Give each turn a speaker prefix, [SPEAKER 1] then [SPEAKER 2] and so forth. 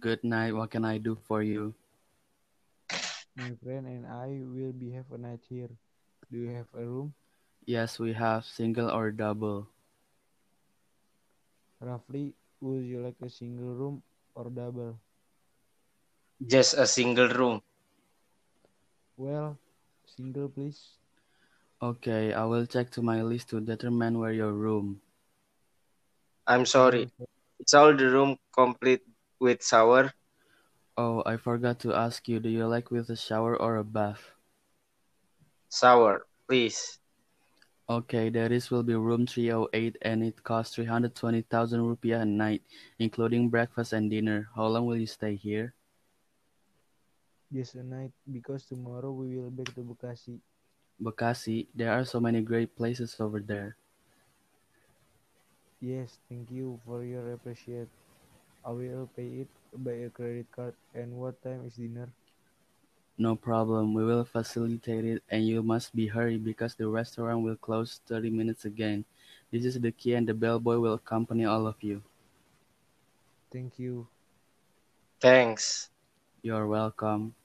[SPEAKER 1] Good night. What can I do for you?
[SPEAKER 2] My friend and I will be have a night here. Do you have a room?
[SPEAKER 1] Yes, we have single or double.
[SPEAKER 2] Roughly, would you like a single room or double?
[SPEAKER 3] Just a single room.
[SPEAKER 2] Well, single please.
[SPEAKER 1] Okay, I will check to my list to determine where your room.
[SPEAKER 3] I'm sorry. It's all the room complete with shower.
[SPEAKER 1] Oh, I forgot to ask you, do you like with a shower or a bath?
[SPEAKER 3] Shower, please.
[SPEAKER 1] Okay, there is will be room 308 and it costs 320,000 rupiah a night, including breakfast and dinner. How long will you stay here?
[SPEAKER 2] Just a night because tomorrow we will back to Bekasi.
[SPEAKER 1] Bekasi, there are so many great places over there.
[SPEAKER 2] Yes, thank you for your appreciate. I will pay it by a credit card. And what time is dinner?
[SPEAKER 1] No problem, we will facilitate it and you must be hurry because the restaurant will close 30 minutes again. This is the key and the bellboy will accompany all of you.
[SPEAKER 2] Thank you.
[SPEAKER 3] Thanks.
[SPEAKER 1] You're welcome.